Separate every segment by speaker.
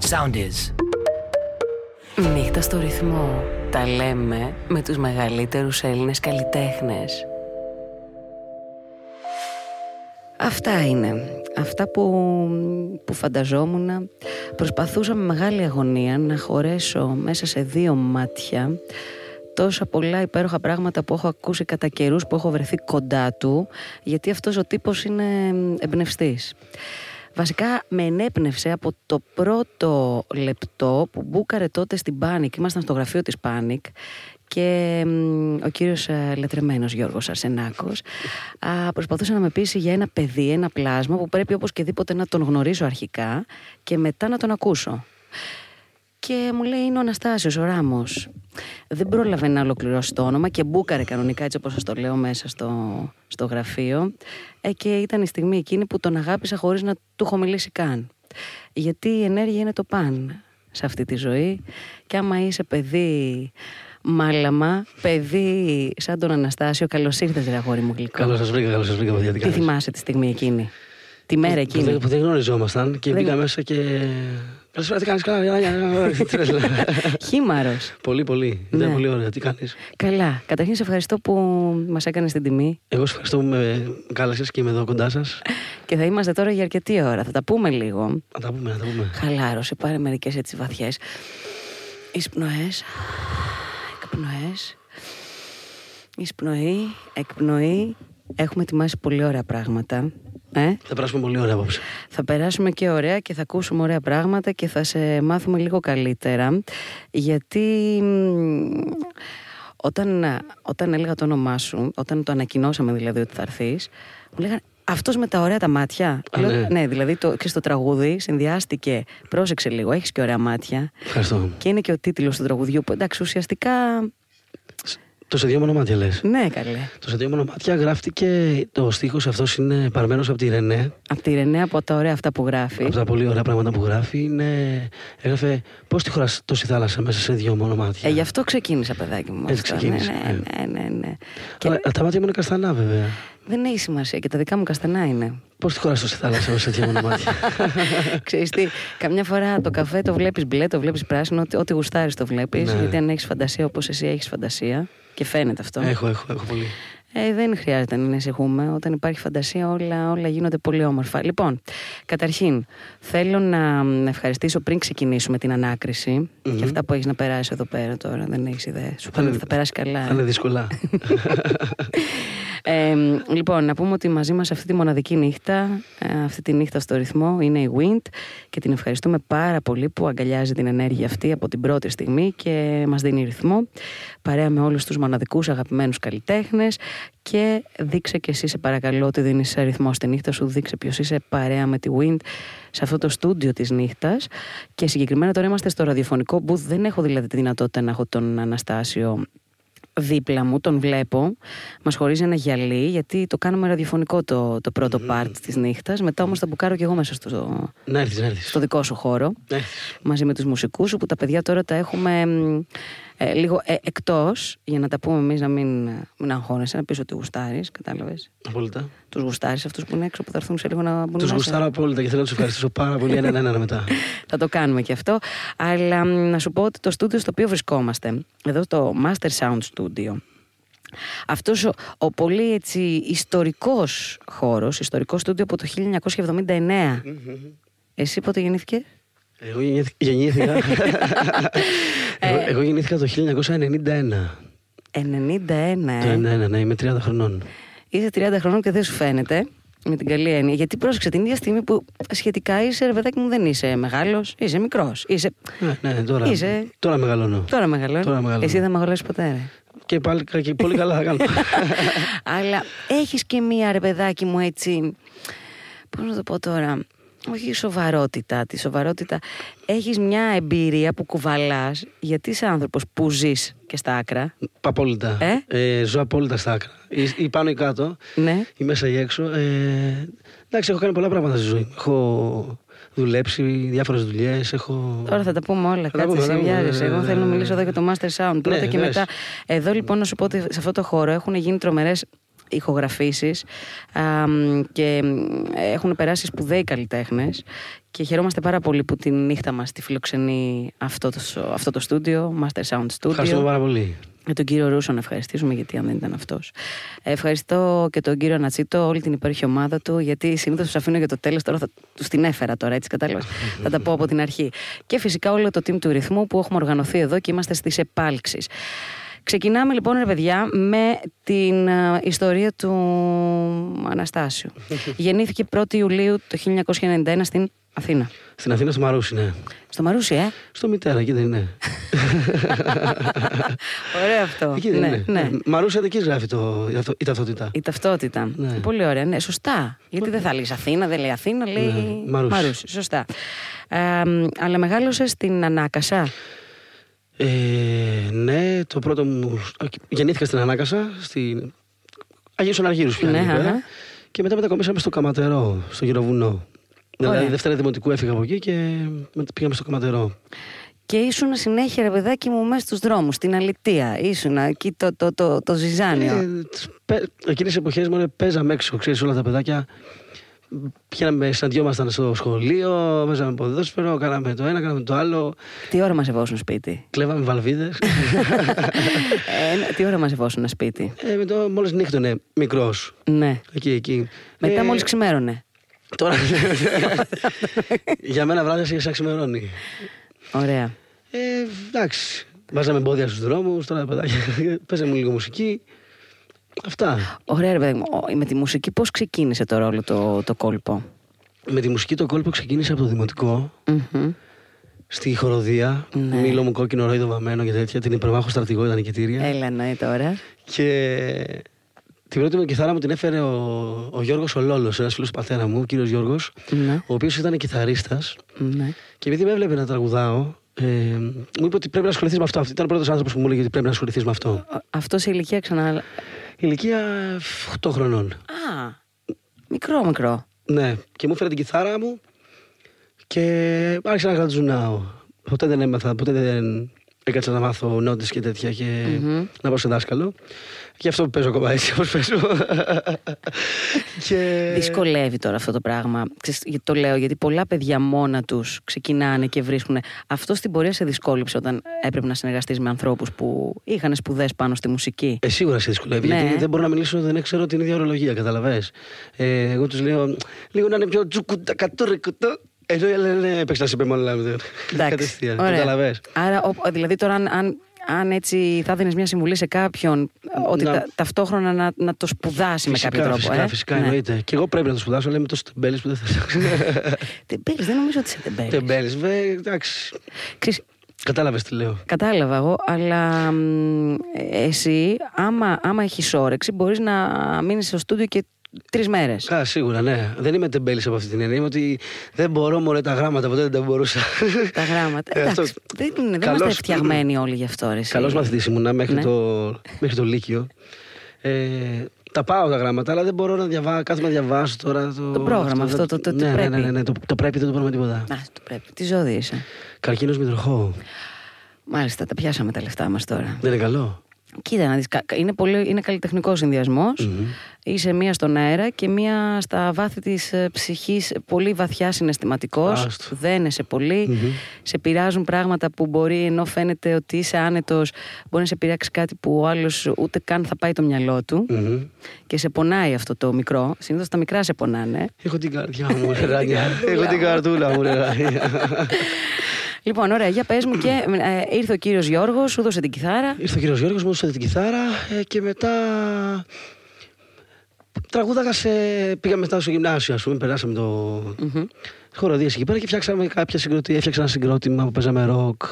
Speaker 1: Sound is.
Speaker 2: Νύχτα στο ρυθμό. Τα λέμε με τους μεγαλύτερους Έλληνες καλλιτέχνες. Αυτά είναι. Αυτά που, που φανταζόμουν. Προσπαθούσα με μεγάλη αγωνία να χωρέσω μέσα σε δύο μάτια τόσα πολλά υπέροχα πράγματα που έχω ακούσει κατά καιρούς που έχω βρεθεί κοντά του, γιατί αυτός ο τύπος είναι εμπνευστής. Βασικά με ενέπνευσε από το πρώτο λεπτό που μπούκαρε τότε στην Πάνικ. Ήμασταν στο γραφείο της Πάνικ και μ, ο κύριος ε, λατρεμένος Γιώργος Αρσενάκος α, προσπαθούσε να με πείσει για ένα παιδί, ένα πλάσμα που πρέπει όπως και δίποτε να τον γνωρίσω αρχικά και μετά να τον ακούσω. Και μου λέει είναι ο Αναστάσιος, ο Ράμος. Δεν πρόλαβε να ολοκληρώσει το όνομα και μπούκαρε κανονικά έτσι όπως σας το λέω μέσα στο, στο γραφείο. Ε, και ήταν η στιγμή εκείνη που τον αγάπησα χωρίς να του έχω μιλήσει καν. Γιατί η ενέργεια είναι το παν σε αυτή τη ζωή και άμα είσαι παιδί μάλαμα, παιδί σαν τον Αναστάσιο, καλώς ήρθες ρε αγόρι μου γλυκό.
Speaker 3: Καλώς σας βρήκα, καλώς σας βρήκα, παιδιά.
Speaker 2: Τι θυμάσαι τη στιγμή εκείνη, τη μέρα
Speaker 3: Που Ε, δεν,
Speaker 2: εκείνη.
Speaker 3: που δεν γνωριζόμασταν και
Speaker 2: Δεν-
Speaker 3: μπήκα μέσα και. Καλώ ήρθατε, κάνεις καλά. Για, για, για, για, τι λες, λέω.
Speaker 2: Χήμαρος.
Speaker 3: Πολύ, πολύ. Ήταν
Speaker 2: Ναι.
Speaker 3: πολύ ωραία. Τι κάνεις.
Speaker 2: Καλά. Καταρχήν σε ευχαριστώ που μας έκανες την τιμή
Speaker 3: Εγώ σα ευχαριστώ που με κάλεσε και είμαι εδώ κοντά σας. Να
Speaker 2: και θα είμαστε τώρα για αρκετή ώρα. Θα τα πούμε λίγο.
Speaker 3: τα πούμε, να τα πούμε.
Speaker 2: Χαλάρωσε, πάρε μερικές έτσι βαθιές εισπνοές, εκπνοές, εισπνοή, εκπνοή. Έχουμε ετοιμάσει πολύ ωραία πράγματα. Ε?
Speaker 3: Θα περάσουμε πολύ ωραία απόψε.
Speaker 2: Θα περάσουμε και ωραία και θα ακούσουμε ωραία πράγματα και θα σε μάθουμε λίγο καλύτερα. Γιατί μ, όταν, όταν έλεγα το όνομά σου, όταν το ανακοινώσαμε δηλαδή ότι θα έρθεις, μου λέγανε αυτός με τα ωραία τα μάτια.
Speaker 3: Α, ναι.
Speaker 2: δηλαδή το, ξέρεις, το τραγούδι συνδυάστηκε. Πρόσεξε λίγο, έχεις και ωραία μάτια.
Speaker 3: Ευχαριστώ.
Speaker 2: Και είναι και ο τίτλος του τραγουδιού που εντάξει, ουσιαστικά.
Speaker 3: Το σε δύο μονομάτια λες.
Speaker 2: Ναι, καλέ.
Speaker 3: Το σε δύο μονομάτια γράφτηκε. Το στίχος αυτός είναι παρμένο από τη Ρενέ.
Speaker 2: Από τη Ρενέα, από τα ωραία αυτά που γράφει.
Speaker 3: Από τα πολύ ωραία πράγματα που γράφει είναι. Έγραφε πώς τη χώρα τόση θάλασσα μέσα σε δύο μονομάτια.
Speaker 2: Ε, γι' αυτό ξεκίνησα, παιδάκι μου.
Speaker 3: Έτσι
Speaker 2: αυτό.
Speaker 3: ξεκίνησε,
Speaker 2: Ναι, ναι, ναι, ναι, ναι. Και-
Speaker 3: Αλλά Ε, τα μάτια μου είναι καστανά, βέβαια.
Speaker 2: Δεν έχει σημασία και τα δικά μου καστανά είναι.
Speaker 3: Πώς τη χώρα τόση θάλασσα μέσα σε δύο μονομάτια.
Speaker 2: Ξέρεις τι, καμιά φορά το καφέ το βλέπεις μπλε, το βλέπεις πράσινο, ό,τι, ό,τι γουστάρεις το βλέπεις,
Speaker 3: Ναι.
Speaker 2: γιατί αν έχεις φαντασία όπως εσύ έχεις φαντασία και φαίνεται αυτό.
Speaker 3: έχω, έχω, έχω πολύ.
Speaker 2: Ε, δεν χρειάζεται να ανησυχούμε. Όταν υπάρχει φαντασία, όλα, όλα γίνονται πολύ όμορφα. Λοιπόν, καταρχήν, θέλω να μ, ευχαριστήσω πριν ξεκινήσουμε την ανακριση και αυτά που έχεις να περάσεις εδώ πέρα τώρα. Δεν έχεις ιδέα. Σου
Speaker 3: Θα είναι-
Speaker 2: θα, θα περάσει καλά.
Speaker 3: Θα είναι δύσκολα.
Speaker 2: Ε, λοιπόν, να πούμε ότι μαζί μας αυτή τη μοναδική νύχτα, ε, αυτή τη νύχτα στο ρυθμό είναι η Wind και την ευχαριστούμε πάρα πολύ που αγκαλιάζει την ενέργεια αυτή από την πρώτη στιγμή και μας δίνει ρυθμό παρέα με όλους τους μοναδικούς αγαπημένους καλλιτέχνες και δείξε και εσύ σε παρακαλώ ότι δίνεις ρυθμό στη νύχτα σου, δείξε ποιος είσαι παρέα με τη Wind σε αυτό το στούντιο της νύχτας και συγκεκριμένα τώρα είμαστε στο ραδιοφωνικό booth, δεν έχω δηλαδή τη δυνατότητα να έχω τον Αναστάσιο δίπλα μου, τον βλέπω. Μας χωρίζει ένα γυαλί, γιατί το κάνουμε ραδιοφωνικό το, το πρώτο part της νύχτας. Μετά όμως θα μπουκάρω και εγώ μέσα στο,
Speaker 3: να έρθεις, να έρθεις.
Speaker 2: στο δικό σου χώρο. Μαζί με τους μουσικούς σου, που τα παιδιά τώρα τα έχουμε μ, ε, λίγο ε, εκτός, για να τα πούμε εμείς να μην, ε, μην αγχώνεσαι, να πει ότι γουστάρεις, κατάλαβες.
Speaker 3: Απόλυτα.
Speaker 2: Τους γουστάρεις αυτούς που είναι έξω, που θα έρθουν σε λίγο να μπουν
Speaker 3: Τους
Speaker 2: μέσα.
Speaker 3: γουστάρω απόλυτα και θέλω να τους ευχαριστήσω πάρα πολύ. Ένα, ένα, ένα μετά.
Speaker 2: Θα το κάνουμε και αυτό. Αλλά μ, να σου πω ότι το στούντιο στο οποίο βρισκόμαστε, εδώ το Master Sound Studio, αυτός ο, ο πολύ έτσι ιστορικός χώρος, ιστορικό στούντιο από το 1979.
Speaker 3: Mm-hmm.
Speaker 2: Εσύ πότε γεννήθηκε?
Speaker 3: Εγώ γεννήθη- γεννήθηκα. εγώ,
Speaker 2: Ε.
Speaker 3: εγώ γεννήθηκα το 1991.
Speaker 2: 91,
Speaker 3: Το
Speaker 2: ε.
Speaker 3: 91, ναι, είμαι 30 χρονών.
Speaker 2: Είσαι 30 χρονών και δεν σου φαίνεται. Με την καλή έννοια. Γιατί πρόσεξε την ίδια στιγμή που σχετικά είσαι, ρε παιδάκι μου, δεν είσαι μεγάλος, είσαι μικρός. Είσαι...
Speaker 3: Ναι, ναι, τώρα.
Speaker 2: Είσαι-
Speaker 3: Τώρα μεγαλώνω.
Speaker 2: Τώρα μεγαλώνεις.
Speaker 3: Τώρα μεγαλώνω.
Speaker 2: Εσύ δεν μεγαλώσεις ποτέ, ρε.
Speaker 3: Και πάλι κα- και πολύ καλά θα κάνω.
Speaker 2: Αλλά έχεις και μία ρε παιδάκι μου έτσι, πώς να το πω τώρα, όχι η σοβαρότητα, της σοβαρότητα. Έχεις μια εμπειρία που κουβαλάς, γιατί είσαι άνθρωπος που ζεις και στα άκρα.
Speaker 3: απόλυτα.
Speaker 2: Ε?
Speaker 3: ζω απόλυτα στα άκρα. Ή, ή πάνω ή κάτω.
Speaker 2: Ναι.
Speaker 3: Ή μέσα ή έξω. Ε, εντάξει, έχω κάνει πολλά πράγματα στη ζωή. μου. Έχω δουλέψει διάφορες δουλειές. Έχω...
Speaker 2: Τώρα θα τα πούμε όλα.
Speaker 3: τα
Speaker 2: Κάτσε,
Speaker 3: πούμε,
Speaker 2: σε
Speaker 3: θα τα πούμε,
Speaker 2: βιάζεσαι.
Speaker 3: ναι,
Speaker 2: Εγώ
Speaker 3: ναι,
Speaker 2: θέλω να
Speaker 3: ναι.
Speaker 2: μιλήσω εδώ για το Master Sound πρώτα
Speaker 3: Ναι,
Speaker 2: και
Speaker 3: δες.
Speaker 2: μετά. Εδώ λοιπόν να σου πω ότι σε αυτό το χώρο έχουν γίνει τρομερές ηχογραφήσεις α, μ, και μ, έχουν περάσει σπουδαίοι καλλιτέχνες και χαιρόμαστε πάρα πολύ που τη νύχτα μας τη φιλοξενεί αυτό το, αυτό το στούντιο, Master Sound Studio.
Speaker 3: Ευχαριστούμε πάρα πολύ.
Speaker 2: Με Ε, τον κύριο Ρούσο να ευχαριστήσουμε, γιατί αν δεν ήταν αυτός. Ευχαριστώ και τον κύριο Νατσίτο, όλη την υπέροχη ομάδα του, γιατί συνήθως τους αφήνω για το τέλος. Τώρα θα τους την έφερα τώρα, έτσι κατάλαβα. θα τα πω από την αρχή. Και φυσικά όλο το team του ρυθμού που έχουμε οργανωθεί εδώ και είμαστε στις επάλξεις. Ξεκινάμε λοιπόν, ρε παιδιά, με την α, ιστορία του Αναστάσιου. Γεννήθηκε 1η Ιουλίου το 1991 στην Αθήνα.
Speaker 3: Στην Αθήνα, στο Μαρούσι, ναι.
Speaker 2: Στο Μαρούσι, ε.
Speaker 3: Στο μητέρα, εκεί δεν είναι.
Speaker 2: Ωραίο αυτό. Ναι,
Speaker 3: Εκεί δεν είναι. Ε, Μαρούσι, εκεί γράφει το, η αυτο- η ταυτότητα.
Speaker 2: Η ταυτότητα.
Speaker 3: Ναι.
Speaker 2: Πολύ ωραία, ναι, σωστά. Γιατί δεν θα λες Αθήνα, δεν λέει Αθήνα, λέει
Speaker 3: Ναι,
Speaker 2: Μαρούσι.
Speaker 3: Μαρούσι.
Speaker 2: Σωστά. Ε, μ, αλλά μεγάλωσε στην Ανάκασα.
Speaker 3: Ε, ναι, το πρώτο μου. Γεννήθηκα στην Ανάκασα, στην. Αγίου Αναργύρου πια.
Speaker 2: Ναι,
Speaker 3: εκεί πέρα.
Speaker 2: αχα.
Speaker 3: Και μετά μετακομίσαμε στο Καματερό, στο Γυροβουνό. Δηλαδή,
Speaker 2: Ωραία.
Speaker 3: Δευτέρα Δημοτικού έφυγα από εκεί και μετά πήγαμε στο Καματερό.
Speaker 2: Και ήσουν συνέχεια, ρε παιδάκι μου, μέσα στους δρόμους, στην αλητία. Ήσουν εκεί το, το, το, το ζυζάνιο.
Speaker 3: Ε, τις πε- Εκείνες τις εποχές μόνο παίζαμε έξω, ξέρεις όλα τα παιδάκια. Πηγαίναμε, συναντιόμασταν στο σχολείο, παίζαμε ποδόσφαιρο, κάναμε το ένα, κάναμε το άλλο.
Speaker 2: Τι ώρα μα εβώσουν σπίτι.
Speaker 3: Κλέβαμε βαλβίδες.
Speaker 2: ε, τι ώρα μα εβώσουν σπίτι.
Speaker 3: ε, με το μόλις νύχτωνε μικρός.
Speaker 2: Ναι.
Speaker 3: Εκεί, εκεί.
Speaker 2: Μετά
Speaker 3: Ε,
Speaker 2: μόλις ξημέρωνε.
Speaker 3: Τώρα. Για μένα βράδυ είχε σαν ξημερώνει.
Speaker 2: Ωραία.
Speaker 3: Ε, εντάξει. Βάζαμε εμπόδια στους δρόμους, τώρα τα παιδάκια. Παίζαμε λίγο μουσική. Αυτά.
Speaker 2: Ωραία, ρε παιδί μου. Ο- Με τη μουσική, πώς ξεκίνησε το ρόλο το, το κόλπο.
Speaker 3: Με τη μουσική το κόλπο ξεκίνησε από το δημοτικό,
Speaker 2: Μμμ.
Speaker 3: στη χοροδία.
Speaker 2: Ναι.
Speaker 3: Μήλο μου κόκκινο ρόιδο βαμμένο και τέτοια. Την υπερμάχο στρατηγό ήταν η κητήρια.
Speaker 2: Έλα, ναι, τώρα.
Speaker 3: Και την πρώτη μου κιθάρα μου την έφερε ο, ο Γιώργος Ολόλο, ένας φίλος του πατέρα μου, ο κύριος Γιώργος,
Speaker 2: Ναι.
Speaker 3: ο οποίος ήταν κιθαρίστας
Speaker 2: ναι.
Speaker 3: Και επειδή με έβλεπε να τραγουδάω, ε, μου είπε ότι πρέπει να ασχοληθείς με αυτό. Αυτή Ήταν ο πρώτος άνθρωπος που μου έλεγε ότι πρέπει να ασχοληθείς με αυτό.
Speaker 2: Ο- Αυτός σε ηλικία ξανά.
Speaker 3: Ηλικία 8 χρονών.
Speaker 2: Α, μικρό, μικρό.
Speaker 3: Ναι, και μου έφερε την κιθάρα μου και άρχισα να γρατζουνάω. Ποτέ δεν έμαθα, ποτέ δεν έκατσα να μάθω νότες και τέτοια και να πάω σε δάσκαλο. Και αυτό που παίζω ακόμα έτσι όπως παίζω. και...
Speaker 2: Δυσκολεύει τώρα αυτό το πράγμα. Ξέρεις, γιατί το λέω γιατί πολλά παιδιά μόνα τους ξεκινάνε και βρίσκουν. Αυτό στην πορεία σε δυσκόλυψε όταν έπρεπε να συνεργαστείς με ανθρώπους που είχαν σπουδές πάνω στη μουσική.
Speaker 3: Ε, σίγουρα σε δυσκολεύει.
Speaker 2: Ναι.
Speaker 3: Γιατί δεν μπορώ να μιλήσω, δεν ξέρω την ίδια ορολογία, καταλαβέ. Ε, εγώ τους λέω λίγο να είναι πιο τζουκουτακατούρικουτο. Ενώ η άλλα λένε παίξτε να σε πεμόλα. Κατευθείαν.
Speaker 2: ωραία.
Speaker 3: Καταλαβέ.
Speaker 2: Άρα, ο- δηλαδή τώρα, αν, αν, αν έτσι θα δίνεις μια συμβουλή σε κάποιον, ότι
Speaker 3: Να-
Speaker 2: τα- ταυτόχρονα να, να το σπουδάσει με κάποιο τρόπο.
Speaker 3: Φυσικά,
Speaker 2: ε?
Speaker 3: φυσικά
Speaker 2: Ναι.
Speaker 3: εννοείται. Και εγώ πρέπει να το σπουδάσω, λέμε τόσο τεμπέλη που δεν θα.
Speaker 2: Τεμπέλης, δεν νομίζω ότι είσαι τεμπέλης.
Speaker 3: Τεμπέλη, εντάξει.
Speaker 2: Ξέρεις,
Speaker 3: Κατάλαβες τι λέω.
Speaker 2: Κατάλαβα εγώ, αλλά μ, εσύ, άμα, άμα έχεις όρεξη, μπορείς να μείνεις στο στούντιο και τρεις μέρες.
Speaker 3: Α, σίγουρα, ναι. Δεν είμαι τεμπέλης από αυτή την έννοια. Είμαι ότι δεν μπορώ μωρέ τα γράμματα, ποτέ δεν τα μπορούσα.
Speaker 2: Τα γράμματα.
Speaker 3: Ε, αυτό-
Speaker 2: Εντάξει, δεν, είναι- δεν
Speaker 3: Καλός-
Speaker 2: είμαστε φτιαγμένοι όλοι γι' αυτό. ρε εσύ.
Speaker 3: Καλός μαθητής ήμουνα μέχρι,
Speaker 2: Ναι.
Speaker 3: το, μέχρι το Λύκειο. Ε, τα πάω τα γράμματα, αλλά δεν μπορώ να διαβάσω. Κάθομαι να διαβάσω τώρα. Το,
Speaker 2: Το πρόγραμμα αυτό, το- το- το
Speaker 3: ναι, ναι, ναι,
Speaker 2: πρέπει. Ναι.
Speaker 3: ναι, ναι, το, το πρέπει δεν το παίρνουμε τίποτα.
Speaker 2: Να, το πρέπει. Τι ζώδιο είσαι.
Speaker 3: Καρκίνος μητροχώ.
Speaker 2: Μάλιστα, τα πιάσαμε τα λεφτά μας τώρα.
Speaker 3: Δεν είναι καλό.
Speaker 2: Κοίτα να δεις, κα- είναι, πολύ, είναι καλλιτεχνικός συνδυασμός. Είσαι μία στον αέρα και μία στα βάθη της ε, ψυχής, πολύ βαθιά συναισθηματικός.
Speaker 3: Άστο.
Speaker 2: Δένεσαι πολύ. Σε πειράζουν πράγματα που μπορεί, ενώ φαίνεται ότι είσαι άνετος, μπορεί να σε πειράξει κάτι που ο άλλος ούτε καν θα πάει το μυαλό του.
Speaker 3: Μμμ.
Speaker 2: Και σε πονάει αυτό το μικρό. Συνήθως τα μικρά σε πονάνε.
Speaker 3: Έχω την καρδιά μου, ρε Ράνια. Έχω την καρδούλα μου, ρε Ράνια.
Speaker 2: Λοιπόν, ωραία, για πες μου και ε, ε, ήρθε ο κύριος Γιώργος, σου δώσε την κιθάρα.
Speaker 3: Ήρθε ο κύριος Γιώργος, μου έδωσε την κιθάρα ε, και μετά τραγούδαγα σε... Πήγαμε μετά στο γυμνάσιο, ας πούμε, περάσαμε το... χοροδίες εκεί πέρα και φτιάξαμε κάποια συγκροτή, έφτιαξα ένα συγκρότημα που παίζαμε ροκ.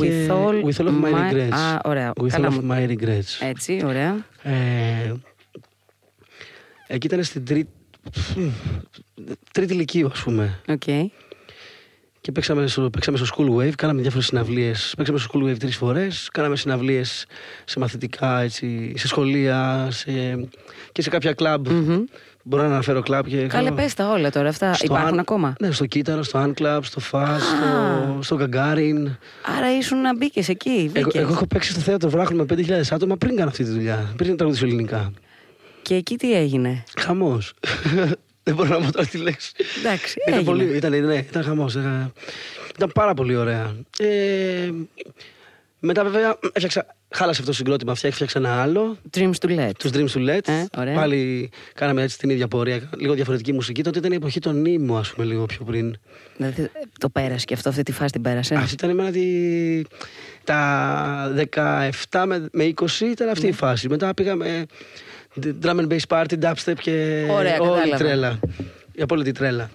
Speaker 2: With all
Speaker 3: with all of my,
Speaker 2: my-
Speaker 3: regrets.
Speaker 2: Α, ωραία,
Speaker 3: With all
Speaker 2: καλά
Speaker 3: of
Speaker 2: μου.
Speaker 3: my regrets.
Speaker 2: Έτσι, ωραία.
Speaker 3: Ε, εκεί ήταν στην τρίτη... Τρίτη ηλικίου, ας πούμε.
Speaker 2: Οκ.
Speaker 3: Και παίξαμε στο, παίξαμε στο School Wave, κάναμε διάφορες συναυλίες. Παίξαμε στο School Wave τρεις φορές. Κάναμε συναυλίες σε μαθητικά, έτσι, σε σχολεία σε, και σε κάποια κλαμπ. Μπορώ να αναφέρω κλαμπ και.
Speaker 2: Καλέ,
Speaker 3: κάνω-
Speaker 2: πες τα όλα τώρα. Αυτά
Speaker 3: Ε, στο
Speaker 2: υπάρχουν
Speaker 3: Αν-
Speaker 2: ακόμα.
Speaker 3: Ναι, στο Κύτταρο, στο Ant Club, στο Fast, στο, στο Gagarin.
Speaker 2: Άρα ήσουν να μπήκες εκεί.
Speaker 3: Εγώ,
Speaker 2: μπήκες.
Speaker 3: εγώ έχω παίξει στο θέατρο Βράχνου με 5.000 άτομα πριν κάνω αυτή τη δουλειά. Πριν τραγουδήσω ελληνικά.
Speaker 2: Και εκεί τι έγινε.
Speaker 3: Χαμός. Δεν μπορώ να μου το τη λέξη.
Speaker 2: Εντάξει,
Speaker 3: Ήταν,
Speaker 2: έγινε.
Speaker 3: πολύ, ήταν, ναι, ήταν χαμός. Ήταν, ήταν πάρα πολύ ωραία. Ε, μετά βέβαια έφτιαξα, χάλασε αυτό το συγκρότημα, φτιά- έφτιαξα ένα άλλο.
Speaker 2: Dreams to let.
Speaker 3: Τους Dreams to Let.
Speaker 2: Ε, ωραία.
Speaker 3: Πάλι κάναμε έτσι την ίδια πορεία. Λίγο διαφορετική μουσική. Τότε ήταν η εποχή των νήμου, ας πούμε, λίγο πιο πριν.
Speaker 2: Δηλαδή, το πέρασε και αυτό, αυτή τη φάση την πέρασε.
Speaker 3: Αυτή ήταν εμένα τη... τα 17 με, με 20 ήταν αυτή
Speaker 2: Ναι.
Speaker 3: η φάση. Μετά πήγαμε drum and bass party, dubstep και
Speaker 2: Ωραία,
Speaker 3: όλη
Speaker 2: κατάλαβα.
Speaker 3: η τρέλα. Η απόλυτη τρέλα.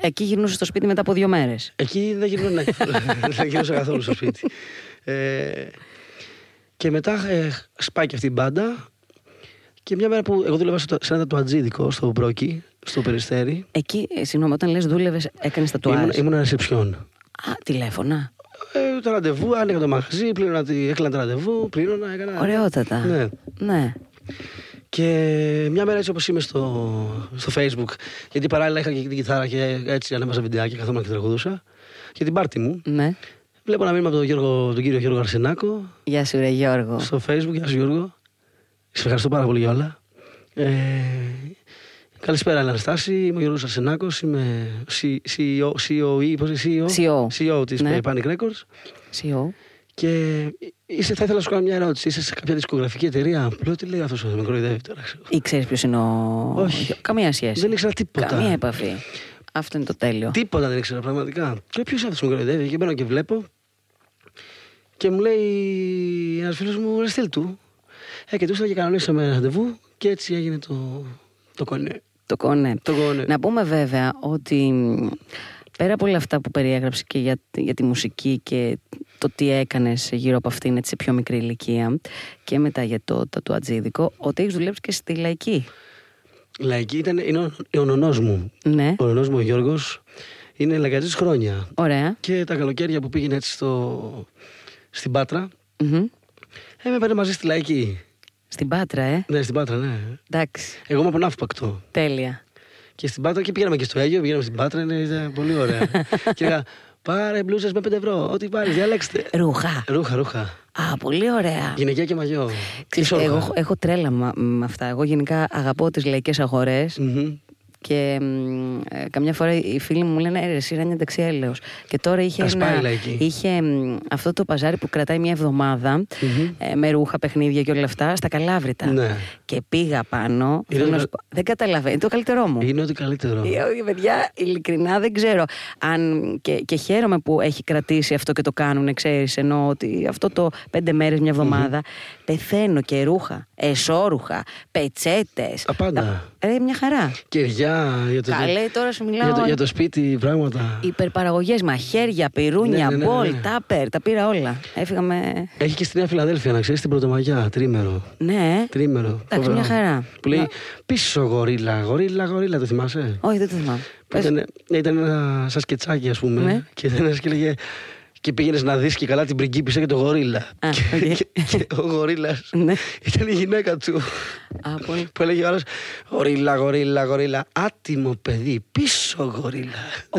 Speaker 2: Εκεί γυρνούσε στο σπίτι μετά από δύο μέρες.
Speaker 3: Εκεί δεν γυρνούσα, ναι. δεν γυρνούσα καθόλου στο σπίτι. Ε, και μετά ε, σπάει και αυτή η μπάντα. Και μια μέρα που εγώ δούλευα στο- σε ένα τατουατζίδικο στο Μπρόκι, στο Περιστέρι.
Speaker 2: Εκεί, ε, συγγνώμη, όταν λες δούλευες, έκανες τα του
Speaker 3: Ήμουν, ήμουν ρεσεψιόν.
Speaker 2: Α, τηλέφωνα.
Speaker 3: Ε, το ραντεβού, άνοιγα το μαγαζί, πλήρωνα, τη- έκλανα το ραντεβού, πλήρωνα, έκανα.
Speaker 2: Ωραιότατα.
Speaker 3: Ναι.
Speaker 2: ναι.
Speaker 3: Και μια μέρα έτσι όπως είμαι στο, στο facebook, γιατί παράλληλα είχα και την κιθάρα και έτσι ανέβαζα βιντεάκια, καθόμουν και τραγουδούσα, για την πάρτι μου.
Speaker 2: ναι.
Speaker 3: Βλέπω ένα μήνυμα από τον, Γιώργο, τον κύριο Γιώργο Αρσενάκο,
Speaker 2: Γεια σου, ρε Γιώργο.
Speaker 3: στο facebook. Γεια σου Γιώργο. Σε ευχαριστώ πάρα πολύ για όλα. Ε, καλησπέρα Αναστάση, είμαι ο Γιώργος Αρσενάκος, είμαι C- CEO, CEO, πώς είναι, CEO,
Speaker 2: CEO.
Speaker 3: της
Speaker 2: Ναι.
Speaker 3: Panic Records.
Speaker 2: CEO.
Speaker 3: Και είσαι, θα ήθελα να σου κάνω μια ερώτηση. Είσαι σε κάποια δισκογραφική εταιρεία. Λέω τι λέει αυτός, με κοροϊδεύει τώρα. ξέρω.
Speaker 2: Ή ξέρει ποιος είναι ο.
Speaker 3: Όχι.
Speaker 2: Καμία σχέση.
Speaker 3: Δεν ήξερα τίποτα.
Speaker 2: Καμία επαφή. Αυτό είναι το τέλειο.
Speaker 3: Τίποτα δεν ήξερα πραγματικά. Λέω ποιος είναι αυτός που με κοροϊδεύει. Και μπαίνω και βλέπω. Και μου λέει ένας φίλος μου, ρε στείλ του. Ε, και του έστειλα και κανονίσαμε ένα ραντεβού και έτσι έγινε το, το κονέ.
Speaker 2: Το κόνε.
Speaker 3: Το κονέ.
Speaker 2: Να πούμε βέβαια ότι μ, πέρα από όλα αυτά που περιέγραψε και για, για τη μουσική και το τι έκανες γύρω από αυτήν έτσι, σε πιο μικρή ηλικία και μετά για το τατουατζίδικο, ότι έχεις δουλέψει και στη λαϊκή.
Speaker 3: Λαϊκή ήταν, είναι ο, ο νονός μου.
Speaker 2: Ναι,
Speaker 3: Ο νονός μου ο Γιώργος είναι λαγκατζής χρόνια.
Speaker 2: ωραία.
Speaker 3: Και τα καλοκαίρια που πήγαινε έτσι στο, στην Πάτρα,
Speaker 2: Μμμ.
Speaker 3: ε, με παίρνε μαζί στη Λαϊκή.
Speaker 2: Στην Πάτρα, ε.
Speaker 3: Ναι, στην Πάτρα, ναι.
Speaker 2: Εντάξει,
Speaker 3: Εγώ είμαι από Ναύπακτο.
Speaker 2: τέλεια.
Speaker 3: Και στην Πάτρα και πήγαμε και στο Αίγιο, πήγαμε στην Πάτρα, είναι, ήταν πολύ ωραία. και έλεγα, πάρε μπλούζες με 5 ευρώ, ό,τι πάρεις, διαλέξτε.
Speaker 2: Ρούχα.
Speaker 3: ρούχα, ρούχα.
Speaker 2: Α, πολύ ωραία.
Speaker 3: Γυναικεία και μαγιό.
Speaker 2: Ξέρεις,
Speaker 3: Ισόρουχα.
Speaker 2: εγώ έχω- έχω τρέλα μα- με αυτά. Εγώ γενικά αγαπώ τις λαϊκές αγορές.
Speaker 3: Μμμ.
Speaker 2: Και μ, ε, καμιά φορά οι φίλοι μου μου λένε «Ε, ρε, εσύ Ράνια εντάξει, έλεος». Και τώρα είχε,
Speaker 3: Τα σπάει η
Speaker 2: ένα,
Speaker 3: λαϊκή.
Speaker 2: είχε μ, αυτό το παζάρι που κρατάει μια εβδομαδα
Speaker 3: Μμμ.
Speaker 2: ε, με ρούχα, παιχνίδια και όλα αυτά στα Καλάβρητα.
Speaker 3: Ναι.
Speaker 2: Και πήγα πάνω.
Speaker 3: Είναι
Speaker 2: θέλω να
Speaker 3: το-
Speaker 2: σου πω, δεν καταλαβαίνω. Είναι το καλύτερό μου.
Speaker 3: Είναι ό,τι καλύτερο.
Speaker 2: Ε, ε, Παιδιά, ειλικρινά δεν ξέρω. Αν και, και χαίρομαι που έχει κρατήσει αυτό και το κάνουν, ξέρεις. Ενώ ότι αυτό το πέντε μέρες, μια εβδομάδα. Πεθαίνω και ρούχα, εσόρουχα, πετσέτες.
Speaker 3: Τα πάντα.
Speaker 2: Ρε, μια χαρά.
Speaker 3: Κεριά, για το,
Speaker 2: Καλέ, τώρα σου μιλάω.
Speaker 3: για το, για το σπίτι, πράγματα.
Speaker 2: Υπερπαραγωγές, μαχαίρια, πυρούνια,
Speaker 3: Ναι, ναι, ναι,
Speaker 2: μπολ,
Speaker 3: ναι.
Speaker 2: τάπερ. Τα πήρα όλα. Έφυγαμε.
Speaker 3: Έχει και στη Νέα Φιλαδέλφια, να ξέρεις την Πρωτομαγιά, τρίμερο.
Speaker 2: Ναι.
Speaker 3: Τρίμερο. φοβερό.
Speaker 2: μια χαρά.
Speaker 3: Που λέει πίσω γορίλα, γορίλα, γορίλα, το θυμάσαι.
Speaker 2: Όχι, δεν το θυμάμαι.
Speaker 3: Που
Speaker 2: Πες.
Speaker 3: Ήταν, ήταν ένα σαν σκετσάκι, ας πούμε.
Speaker 2: Ναι.
Speaker 3: Και ήταν ένας και λέγε. Και πήγαινες να δεις και καλά την πριγκίπισσα και το γορίλα.
Speaker 2: Α,
Speaker 3: και,
Speaker 2: οκ.
Speaker 3: και- και ο γορίλας
Speaker 2: Ναι.
Speaker 3: ήταν η γυναίκα του.
Speaker 2: Α, πολύ.
Speaker 3: που έλεγε ο άλλος Γορίλα, γορίλα, γορίλα. Άτιμο παιδί, πίσω γορίλα.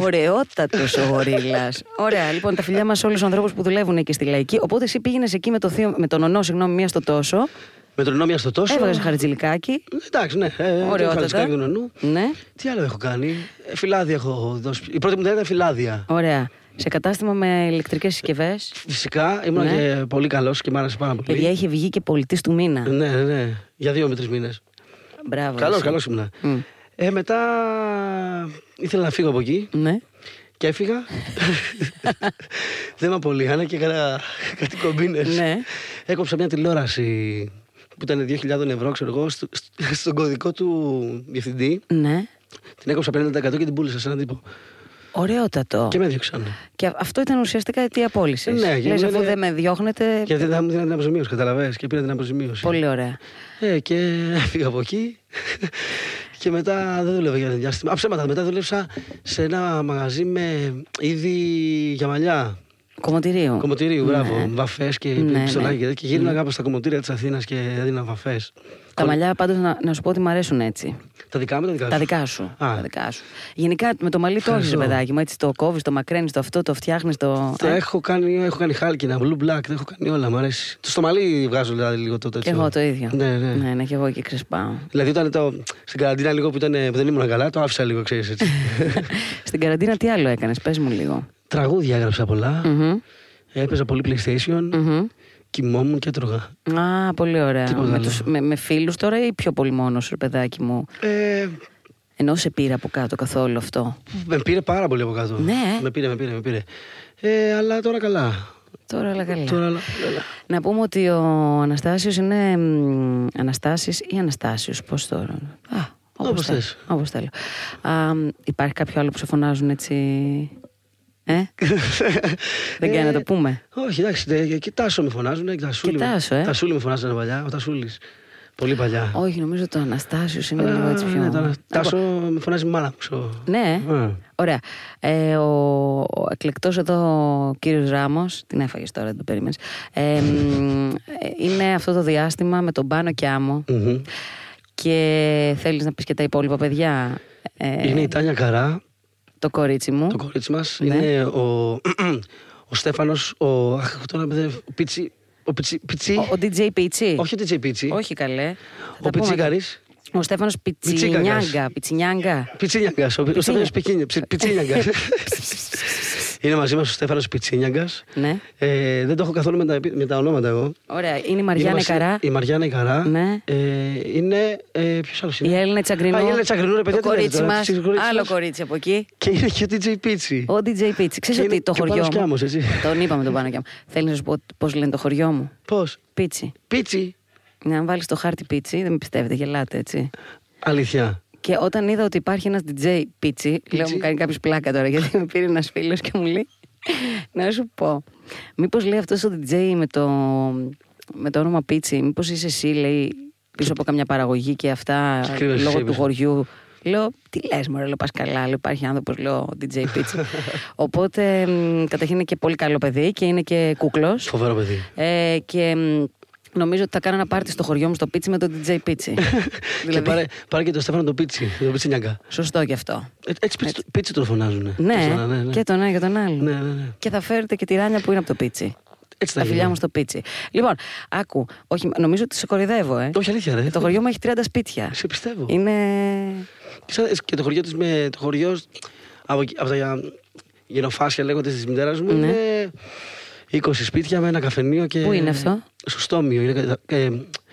Speaker 2: Ωραιότατος ο γορίλας. Ωραία, λοιπόν, τα φιλιά μας όλους τους ανθρώπους που δουλεύουν εκεί στη λαϊκή. Οπότε εσύ πήγαινες εκεί με, το θείο, με τον ονό, συγγνώμη, μία στο τόσο.
Speaker 3: Με τον νόμια στο τόσο.
Speaker 2: Έβγαζε χαρτζηλικάκι.
Speaker 3: Εντάξει, ναι. Ε, το
Speaker 2: Ωραιότατα.
Speaker 3: χαλατσικάκι του νονού.
Speaker 2: Ναι,
Speaker 3: Τι άλλο έχω κάνει. Ε, φυλάδια έχω δώσει. Η πρώτη μου ταινία ήταν φυλάδια.
Speaker 2: ωραία. Σε κατάστημα με ηλεκτρικές συσκευές.
Speaker 3: Φυσικά ήμουν
Speaker 2: Ναι.
Speaker 3: και πολύ καλός και μ' άρεσε πάρα πολύ.
Speaker 2: Παιδιά, είχε βγει και πολιτής του μήνα.
Speaker 3: Ναι, ναι, ναι. Για δύο με τρεις μήνες.
Speaker 2: Μπράβο.
Speaker 3: Καλός,
Speaker 2: εσύ.
Speaker 3: καλός ήμουν.
Speaker 2: Μμ.
Speaker 3: Ε, μετά ήθελα να φύγω από εκεί
Speaker 2: Ναι.
Speaker 3: και έφυγα. Δεν με απολύανε και έκανα κάτι κομπίνες.
Speaker 2: Ναι.
Speaker 3: Έκοψα μια τηλεόραση που ήταν 2.000 ευρώ, ξέρω εγώ, στο- στο- στον κωδικό του διευθυντή.
Speaker 2: Ναι.
Speaker 3: Την έκοψα 50% και την πούλησα σε έναν τύπο.
Speaker 2: Ωραιότατο.
Speaker 3: Και με έδιωξαν.
Speaker 2: Και αυτό ήταν ουσιαστικά αιτία απόλυση.
Speaker 3: Ναι, γιατί
Speaker 2: Λες,
Speaker 3: είναι-
Speaker 2: αφού δεν με διώχνετε.
Speaker 3: Γιατί δεν μου δίνανε την αποζημίωση, καταλαβαίνεις, και πήρα την αποζημίωση.
Speaker 2: Πολύ ωραία.
Speaker 3: Ε, και έφυγα από εκεί. και μετά δεν δούλευα για ένα διάστημα. Α, ψέματα. Μετά δούλεψα σε ένα μαγαζί με είδη για μαλλιά.
Speaker 2: Κομωτηρίου.
Speaker 3: Κομμωτήριου, μπράβο.
Speaker 2: Ναι.
Speaker 3: Βαφές και
Speaker 2: Ναι, ναι.
Speaker 3: πιστολάκια. και τέτοια. Και γύρναγα από στα κομμωτήρια της Αθήνας και έδινα βαφές.
Speaker 2: Τα μαλλιά πάντως να, να σου πω ότι μου αρέσουν έτσι.
Speaker 3: Τα δικά μου ή τα δικά σου.
Speaker 2: Τα δικά σου.
Speaker 3: Α.
Speaker 2: Τα δικά σου. Γενικά με το μαλλί το έχεις,
Speaker 3: Ευχαριστώ. σου.
Speaker 2: παιδάκι μου. Έτσι το κόβεις, το μακραίνεις, το αυτό, το φτιάχνεις, το... Ε,
Speaker 3: Τα έχω κάνει, έχω κάνει χάλκινα, blue black, τα έχω κάνει όλα, μου αρέσει. Το στο μαλλί βγάζω δηλαδή λίγο το
Speaker 2: Και
Speaker 3: τέτοιο.
Speaker 2: εγώ το ίδιο.
Speaker 3: Ναι, ναι.
Speaker 2: ναι, και εγώ και ξεσπάω.
Speaker 3: Δηλαδή όταν το, στην καραντίνα λίγο που, ήταν, που δεν ήμουν καλά, το άφησα λίγο, ξέρεις έτσι.
Speaker 2: Στην καραντίνα τι άλλο έκανες, πες μου λίγο.
Speaker 3: Τραγούδια έγραψα πολλά.
Speaker 2: Μμμ.
Speaker 3: Έπαιζα πολύ PlayStation.
Speaker 2: Μμμ.
Speaker 3: Κοιμόμουν και έτρωγα.
Speaker 2: Α, πολύ ωραία.
Speaker 3: Τίποτα
Speaker 2: Με,
Speaker 3: άλλο.
Speaker 2: τους, με, με φίλους τώρα ή πιο πολύ μόνος ρε παιδάκι μου.
Speaker 3: Ε,
Speaker 2: Ενώ σε πήρε από κάτω καθόλου αυτό.
Speaker 3: με πήρε πάρα πολύ από κάτω.
Speaker 2: Ναι.
Speaker 3: Με πήρε, με πήρε, με πήρε. Ε, αλλά τώρα καλά.
Speaker 2: Τώρα όλα καλά.
Speaker 3: Τώρα, αλλά- αλλά-
Speaker 2: Να πούμε ότι ο Αναστάσιος είναι μ, Αναστάσης ή Αναστάσιος, πώς τώρα. Α,
Speaker 3: Όπως
Speaker 2: όπως, θέλω,
Speaker 3: θες.
Speaker 2: όπως θέλω. Α, μ, υπάρχει κάποιο άλλο που σε φωνάζουν έτσι... Ε, δεν κάνει να το πούμε.
Speaker 3: Ε, Όχι, εντάξει, δε- και Τάσο με φωνάζουν. ε, και Τασούλη
Speaker 2: Και
Speaker 3: με-
Speaker 2: Τάσο, ε.
Speaker 3: Τασούλη με φωνάζανε παλιά, ο Τασούλης. Πολύ παλιά.
Speaker 2: Όχι, νομίζω το Αναστάσιος είναι
Speaker 3: Αλλά,
Speaker 2: λίγο έτσι πιο...
Speaker 3: ναι, το-
Speaker 2: Να
Speaker 3: Τάσο με φωνάζει μάνα μου, ξέρω.
Speaker 2: Ναι.
Speaker 3: Ε.
Speaker 2: Ωραία. Ε, ο, ο εκλεκτός εδώ κύριος Ράμος, την έφαγες τώρα, δεν το περίμενες, ε, μ, ε, είναι αυτό το διάστημα με τον Πάνο και Άμμο
Speaker 3: Μμμ.
Speaker 2: και θέλεις να πεις και τα υπόλοιπα παιδιά. Ε,
Speaker 3: Είναι η Τάνια Καρά,
Speaker 2: Το κορίτσι μου.
Speaker 3: το κορίτσι μας.
Speaker 2: Ναι.
Speaker 3: Είναι ο, ο Στέφανος, ο, αχ, τώρα μπερδεύω, ο Πιτσι, ο Πιτσι, Πιτσι.
Speaker 2: Ο, ο DJ Πιτσί.
Speaker 3: όχι ο DJ Πιτσι,
Speaker 2: Όχι καλέ.
Speaker 3: ο Πιτσίκαρης.
Speaker 2: Ο Στέφανος Πιτσινιάγκα.
Speaker 3: Πιτσίκακας.
Speaker 2: Πιτσινιάγκα.
Speaker 3: Πιτσίνιαγκας, ο, ο Στέφανος Πικίνι- Ψι- Πιτσίνιαγκας. είναι μαζί μας ο Στέφανος Πιτσίνιαγκας.
Speaker 2: Ναι.
Speaker 3: Ε, δεν το έχω καθόλου με τα, επί- με τα ονόματα εγώ.
Speaker 2: Ωραία. Είναι η
Speaker 3: Είναι
Speaker 2: Μαριάννα
Speaker 3: μαζί-
Speaker 2: Καρά.
Speaker 3: Η Μαριάννα η Καρά.
Speaker 2: Ναι.
Speaker 3: Ε, είναι. Ε, Ποιος άλλος είναι.
Speaker 2: Η Έλληνα Τσαγκρινού.
Speaker 3: Α, η Έλληνα Τσαγκρινού, ρε παιδιά,
Speaker 2: Το
Speaker 3: τι λέτε
Speaker 2: κορίτσι
Speaker 3: τώρα,
Speaker 2: μας.
Speaker 3: τις κορίτσες
Speaker 2: Άλλο
Speaker 3: μας.
Speaker 2: κορίτσι από εκεί.
Speaker 3: Και είναι και ο DJ Πίτσι.
Speaker 2: Ο DJ Πίτσι. Ξέρεις
Speaker 3: Και
Speaker 2: ότι
Speaker 3: είναι
Speaker 2: το
Speaker 3: και ο
Speaker 2: χωριό
Speaker 3: Πάνος
Speaker 2: μου.
Speaker 3: Κιάμος, έτσι.
Speaker 2: Τον είπαμε τον πάνω μου. Θέλεις να σου πω πώς λένε το χωριό μου.
Speaker 3: Πώς.
Speaker 2: Πίτσι.
Speaker 3: Πίτσι.
Speaker 2: Να βάλεις το χάρτη πίτσι, δεν με πιστεύετε, γελάτε έτσι.
Speaker 3: Αλήθεια.
Speaker 2: Και όταν είδα ότι υπάρχει ένας DJ πίτσι, λέω
Speaker 3: Πίτσι.
Speaker 2: μου κάνει κάποιος πλάκα τώρα, γιατί με πήρε ένας φίλος και μου λέει να σου πω. Μήπως λέει αυτός ο DJ με το, με το όνομα πίτσι, μήπως είσαι εσύ, λέει, πίσω από καμιά παραγωγή και αυτά
Speaker 3: Σε κρύβεσαι εσύ
Speaker 2: λόγω του
Speaker 3: πίσω.
Speaker 2: χωριού. Λέω, τι λες, Μωρέ, λέω, πας καλά. Λέω, υπάρχει άνθρωπος, λέω, DJ Πίτσι. Οπότε, μ, καταρχήν είναι και πολύ καλό παιδί και είναι και κούκλος.
Speaker 3: Φοβερό παιδί.
Speaker 2: Ε, και μ, νομίζω ότι θα κάνω ένα πάρτι στο χωριό μου στο Πίτσι με τον DJ Πίτσι. Δηλαδή?
Speaker 3: Και πάρε, πάρε και τον Στέφανο τον Πίτσι. Τον Πιτσίνιαγκα.
Speaker 2: Σωστό κι αυτό.
Speaker 3: Ε, Έτσι, πίτσι, πίτσι τον φωνάζουν.
Speaker 2: Ναι, και τον ένα και τον άλλο.
Speaker 3: Ναι, ναι, ναι.
Speaker 2: Και θα φέρετε και τη ράνια που είναι από το πίτσι.
Speaker 3: Έτσι θα
Speaker 2: Τα φιλιά
Speaker 3: γίνει.
Speaker 2: μου στο πίτσι. Λοιπόν, άκου, όχι, νομίζω ότι σε κορυδεύω, ε.
Speaker 3: Όχι, αλήθεια, ρε.
Speaker 2: Το χωριό μου έχει 30 σπίτια.
Speaker 3: Σε πιστεύω.
Speaker 2: Είναι.
Speaker 3: Σαν- Και το χωριό της με. Το χωριό σ- από, εκεί- από τα για- γενοφάσια λέγονται της μητέρας μου είναι 20 σπίτια με ένα καφενείο και.
Speaker 2: Ναι. Πού είναι αυτό?
Speaker 3: Στο στόμιο. Είναι κατα- ε,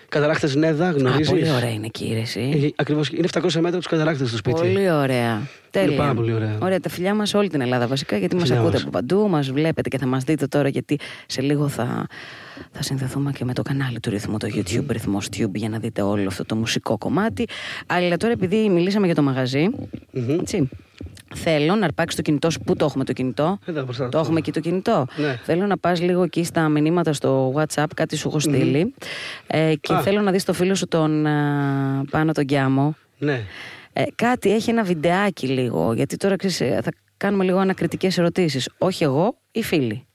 Speaker 3: καταράκτε Νέδα,
Speaker 2: Α,
Speaker 3: γνωρίζει.
Speaker 2: πολύ ωραία είναι εκεί, ρε, εσύ.
Speaker 3: Ακριβώς. Είναι 700 μέτρα του καταράκτε στο σπίτι.
Speaker 2: Πολύ ωραία. Τέλεια.
Speaker 3: πάρα πολύ ωραία.
Speaker 2: τα φιλιά μας όλη την Ελλάδα βασικά, γιατί μας
Speaker 3: Φιλιά
Speaker 2: ακούτε
Speaker 3: μας.
Speaker 2: από παντού, μας βλέπετε και θα μας δείτε τώρα, γιατί σε λίγο θα, θα συνδεθούμε και με το κανάλι του ρυθμού, το YouTube, ρυθμός Tube, για να δείτε όλο αυτό το μουσικό κομμάτι. Αλλά τώρα, επειδή μιλήσαμε για το μαγαζι
Speaker 3: Μμμ.
Speaker 2: έτσι, θέλω να αρπάξεις το κινητό σου. Πού το έχουμε το κινητό,
Speaker 3: Εδώ, μπροστά.
Speaker 2: το έχουμε και το κινητό.
Speaker 3: Ναι.
Speaker 2: Θέλω να πας λίγο εκεί στα μηνύματα στο WhatsApp, κάτι σου έχω στείλει. Ε, και
Speaker 3: Α.
Speaker 2: θέλω να δεις το φίλο σου τον α, πάνω τον Γκιάμο.
Speaker 3: Ναι.
Speaker 2: Ε, κάτι έχει ένα βιντεάκι λίγο, γιατί τώρα ξέρεις, ε, θα κάνουμε λίγο ανακριτικές ερωτήσεις. Όχι εγώ, οι φίλοι.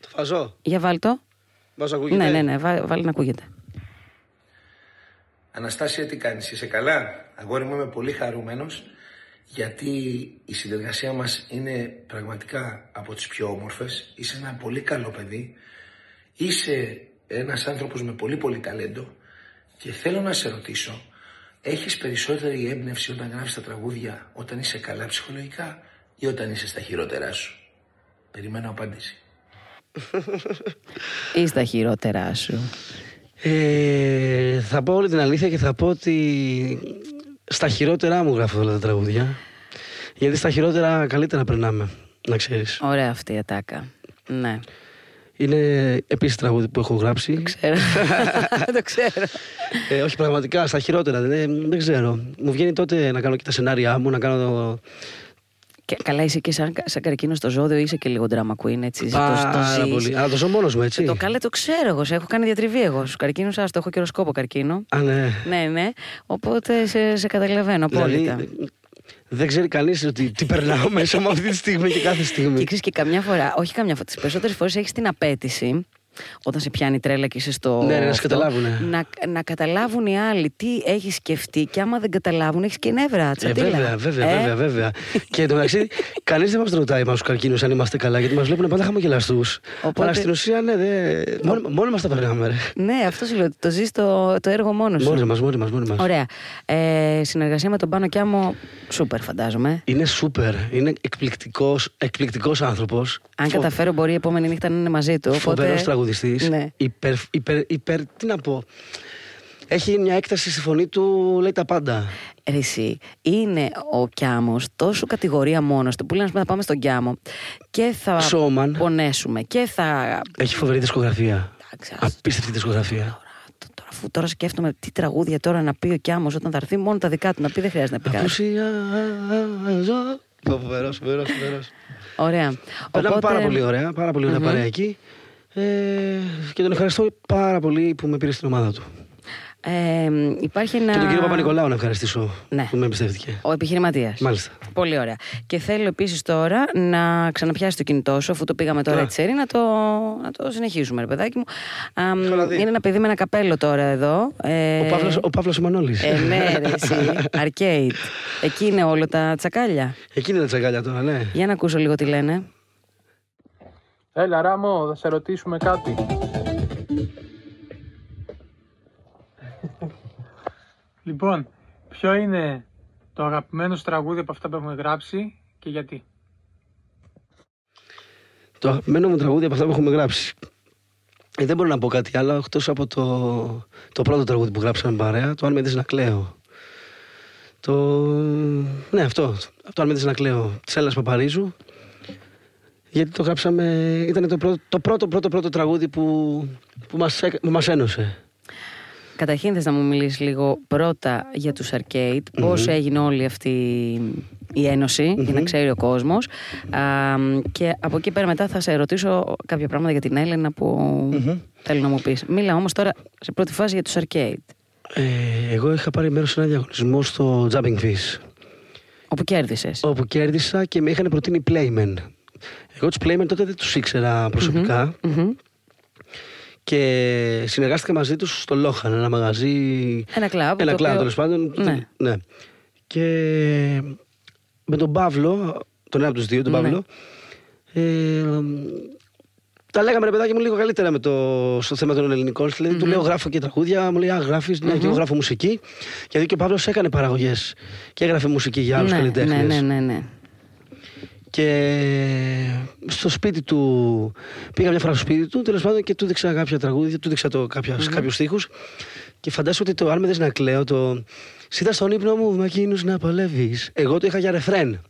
Speaker 3: Το φαζό.
Speaker 2: Για βάλ το.
Speaker 3: Βάζω ακούγεται.
Speaker 2: Ναι, ναι, ναι, βά, βάλει να ακούγεται.
Speaker 1: Αναστάσια, τι κάνεις, είσαι καλά. Αγόρι μου, είμαι πολύ χαρούμενος γιατί η συνεργασία μας είναι πραγματικά από τις πιο όμορφες. Είσαι ένα πολύ καλό παιδί. Είσαι ένας άνθρωπος με πολύ πολύ ταλέντο και θέλω να σε ρωτήσω, έχεις περισσότερη έμπνευση όταν γράφεις τα τραγούδια όταν είσαι καλά ψυχολογικά ή όταν είσαι στα χειρότερά σου. Περιμένω απάντηση.
Speaker 2: Είσαι τα χειρότερά σου.
Speaker 3: Ε, θα πω όλη την αλήθεια και θα πω ότι στα χειρότερά μου γράφω όλα τα τραγούδια. Γιατί στα χειρότερα καλύτερα περνάμε, να ξέρεις.
Speaker 2: Ωραία αυτή η ατάκα. Ναι,
Speaker 3: Είναι επίσης τραγούδι που έχω γράψει.
Speaker 2: ξέρω. το ξέρω.
Speaker 3: Ε, όχι πραγματικά, στα χειρότερα. Δεν, δεν ξέρω. Μου βγαίνει τότε να κάνω και τα σενάρια μου, να κάνω το.
Speaker 2: Και, καλά, είσαι και σαν, σαν καρκίνος στο ζώδιο, είσαι και λίγο drama queen, έτσι. ζεις, το- το
Speaker 3: Πάρα
Speaker 2: ζεις. Ε,
Speaker 3: πολύ. Αλλά το ζω μόνος μου, έτσι.
Speaker 2: Το καλά το ξέρω εγώ, σε έχω κάνει διατριβή εγώ στους καρκίνους, ας το έχω καιροσκόπο καρκίνο.
Speaker 3: Α, ναι.
Speaker 2: ναι, ναι, οπότε σε, σε καταλαβαίνω απόλυτα.
Speaker 3: Δηλαδή, δεν ξέρει κανείς ότι τι περνάω μέσα μου αυτή τη στιγμή και κάθε στιγμή.
Speaker 2: Και ξέρεις και καμιά φορά, όχι καμιά φορά, τις περισσότερες φορές έχεις την απέτηση όταν σε πιάνει η τρέλα και είσαι στο.
Speaker 3: Ναι, ναι, να σε
Speaker 2: αυτό,
Speaker 3: καταλάβουνε.
Speaker 2: Να, να καταλάβουν οι άλλοι τι έχεις σκεφτεί και άμα δεν καταλάβουν, έχεις και νεύρα.
Speaker 3: Ε,
Speaker 2: Τσατήλα.
Speaker 3: βέβαια, βέβαια,
Speaker 2: Ε,
Speaker 3: βέβαια, βέβαια. και εν τω μεταξύ, κανείς δεν μας ρωτάει μα τους καρκίνους αν είμαστε καλά, γιατί μας βλέπουν πάντα χαμογελαστούς.
Speaker 2: Οπότε-
Speaker 3: Αλλά στην ουσία, ναι, δε... μόνοι, μόνοι μας τα περνάμε. Ρε.
Speaker 2: Ναι, αυτό σου λέω. ότι Το ζεις το, το έργο μόνος σου.
Speaker 3: Μόνοι μας, μόνοι μας, μόνοι μας.
Speaker 2: Ωραία. Ε, συνεργασία με τον Πάνο Κιάμο, σούπερ φαντάζομαι.
Speaker 3: Είναι σούπερ. Είναι εκπληκτικός, εκπληκτικός άνθρωπος.
Speaker 2: Αν
Speaker 3: Φο-
Speaker 2: καταφέρω, μπορεί η επόμενη νύχτα να είναι μαζί του.
Speaker 3: Φοβερό
Speaker 2: Οπότε...
Speaker 3: τραγουδιστής.
Speaker 2: Ναι.
Speaker 3: Υπερ, υπερ, υπερ, τι να πω. Έχει μια έκταση στη φωνή του, λέει τα πάντα.
Speaker 2: Ρε Εσύ, είναι ο Κιάμος τόσο κατηγορία μόνος του που λένε ας πούμε, θα πάμε στον Κιάμο και θα
Speaker 3: Showman.
Speaker 2: πονέσουμε και θα.
Speaker 3: Έχει φοβερή δισκογραφία.
Speaker 2: Εντάξει, ας-
Speaker 3: Απίστευτη δισκογραφία.
Speaker 2: Τώρα, τώρα, αφού τώρα σκέφτομαι τι τραγούδια τώρα να πει ο Κιάμος όταν θα έρθει, μόνο τα δικά του να πει δεν χρειάζεται να πει κάτι.
Speaker 3: Απουσιάζω. Φοβερό, φοβερό, φοβερό.
Speaker 2: Ωραία.
Speaker 3: Περνάμε πάρα πολύ ωραία, πάρα πολύ ωραία παρέα εκεί. Ε, και τον ευχαριστώ πάρα πολύ που με πήρε στην ομάδα του.
Speaker 2: Ε, υπάρχει ένα.
Speaker 3: Και τον κύριο Παπα-Νικολάου να ευχαριστήσω
Speaker 2: Ναι. Ε,
Speaker 3: που με εμπιστεύτηκε.
Speaker 2: Ο επιχειρηματίας.
Speaker 3: Μάλιστα.
Speaker 2: Πολύ ωραία. Και θέλω επίσης τώρα να ξαναπιάσει το κινητό σου, αφού το πήγαμε τώρα
Speaker 3: Ναι.
Speaker 2: έτσι, σερή, να το, να το συνεχίζουμε, ρε παιδάκι μου. Αμ,
Speaker 3: Χαλαδί.
Speaker 2: είναι ένα παιδί με ένα καπέλο τώρα εδώ. Ε,
Speaker 3: Ο Παύλος, ο Παύλος ο Μανώλης.
Speaker 2: Ε, ναι, ρε, εσύ. Arcade. Εκεί είναι όλα τα τσακάλια.
Speaker 3: Εκείνη είναι τα τσακάλια τώρα, ναι.
Speaker 2: Για να ακούσω λίγο τι λένε.
Speaker 4: Έλα Ράμο, θα σε ρωτήσουμε κάτι. λοιπόν, ποιο είναι το αγαπημένο σου τραγούδι από αυτά που έχουμε γράψει και γιατί.
Speaker 3: Το αγαπημένο μου τραγούδι από αυτά που έχουμε γράψει. Ε, δεν μπορώ να πω κάτι άλλο εκτός από το, το πρώτο τραγούδι που γράψαμε παρέα, το Αν με δεις να κλαίω. Το. Ναι, αυτό. Το Αν με δεις να κλαίω της Έλλα Παπαρίζου. Γιατί το γράψαμε. ήταν το πρώτο, το πρώτο, πρώτο, πρώτο τραγούδι που, που μας μας ένωσε.
Speaker 2: Καταρχήν θες να μου μιλήσεις λίγο πρώτα για τους arcade, πώς έγινε όλη αυτή η ενωση για να ξέρει ο κόσμος Α, μ, και από εκεί πέρα μετά θα σε ρωτήσω κάποια πράγματα για την Έλενα που θέλω να μου πεις. Μίλα όμως τώρα σε πρώτη φάση για τους arcade,
Speaker 3: Ε, εγώ είχα πάρει μέρος σε ένα διαγωνισμό στο Jumping Fish.
Speaker 2: όπου κέρδισες.
Speaker 3: Όπου κέρδισα και με είχαν προτείνει Playmen. Εγώ τους Playmen τότε δεν τους ήξερα προσωπικά.
Speaker 2: Μμμ.
Speaker 3: Και συνεργάστηκα μαζί τους στο Λόχαν, ένα μαγαζί.
Speaker 2: Ένα κλαμπ,
Speaker 3: Ένα
Speaker 2: το
Speaker 3: κλαμπ,
Speaker 2: οποίο-
Speaker 3: τέλος πάντων.
Speaker 2: Ναι.
Speaker 3: ναι. Και με τον Παύλο, τον ένα από τους δύο, τον
Speaker 2: Ναι.
Speaker 3: Παύλο. Ε, τα λέγαμε ρε παιδάκι μου λίγο καλύτερα με το, στο θέμα των ελληνικών. Δηλαδή, του λέω γράφω και τραγούδια, μου λέει Α, γράφεις, ναι, και εγώ γράφω μουσική. Γιατί και ο Παύλος έκανε παραγωγές και έγραφε μουσική για άλλους
Speaker 2: ναι,
Speaker 3: καλλιτέχνες.
Speaker 2: ναι, ναι, ναι, ναι.
Speaker 3: Και στο σπίτι του. Πήγα μια φορά στο σπίτι του, τέλος πάντων, και του δείξα κάποια τραγούδια, του δείξα το, κάποια, κάποιους στίχους. Και φαντάζομαι ότι το αν με δες να κλαίω, το. Σίδα στον ύπνο μου, με εκείνους να παλεύεις. Εγώ το είχα για ρεφρέν.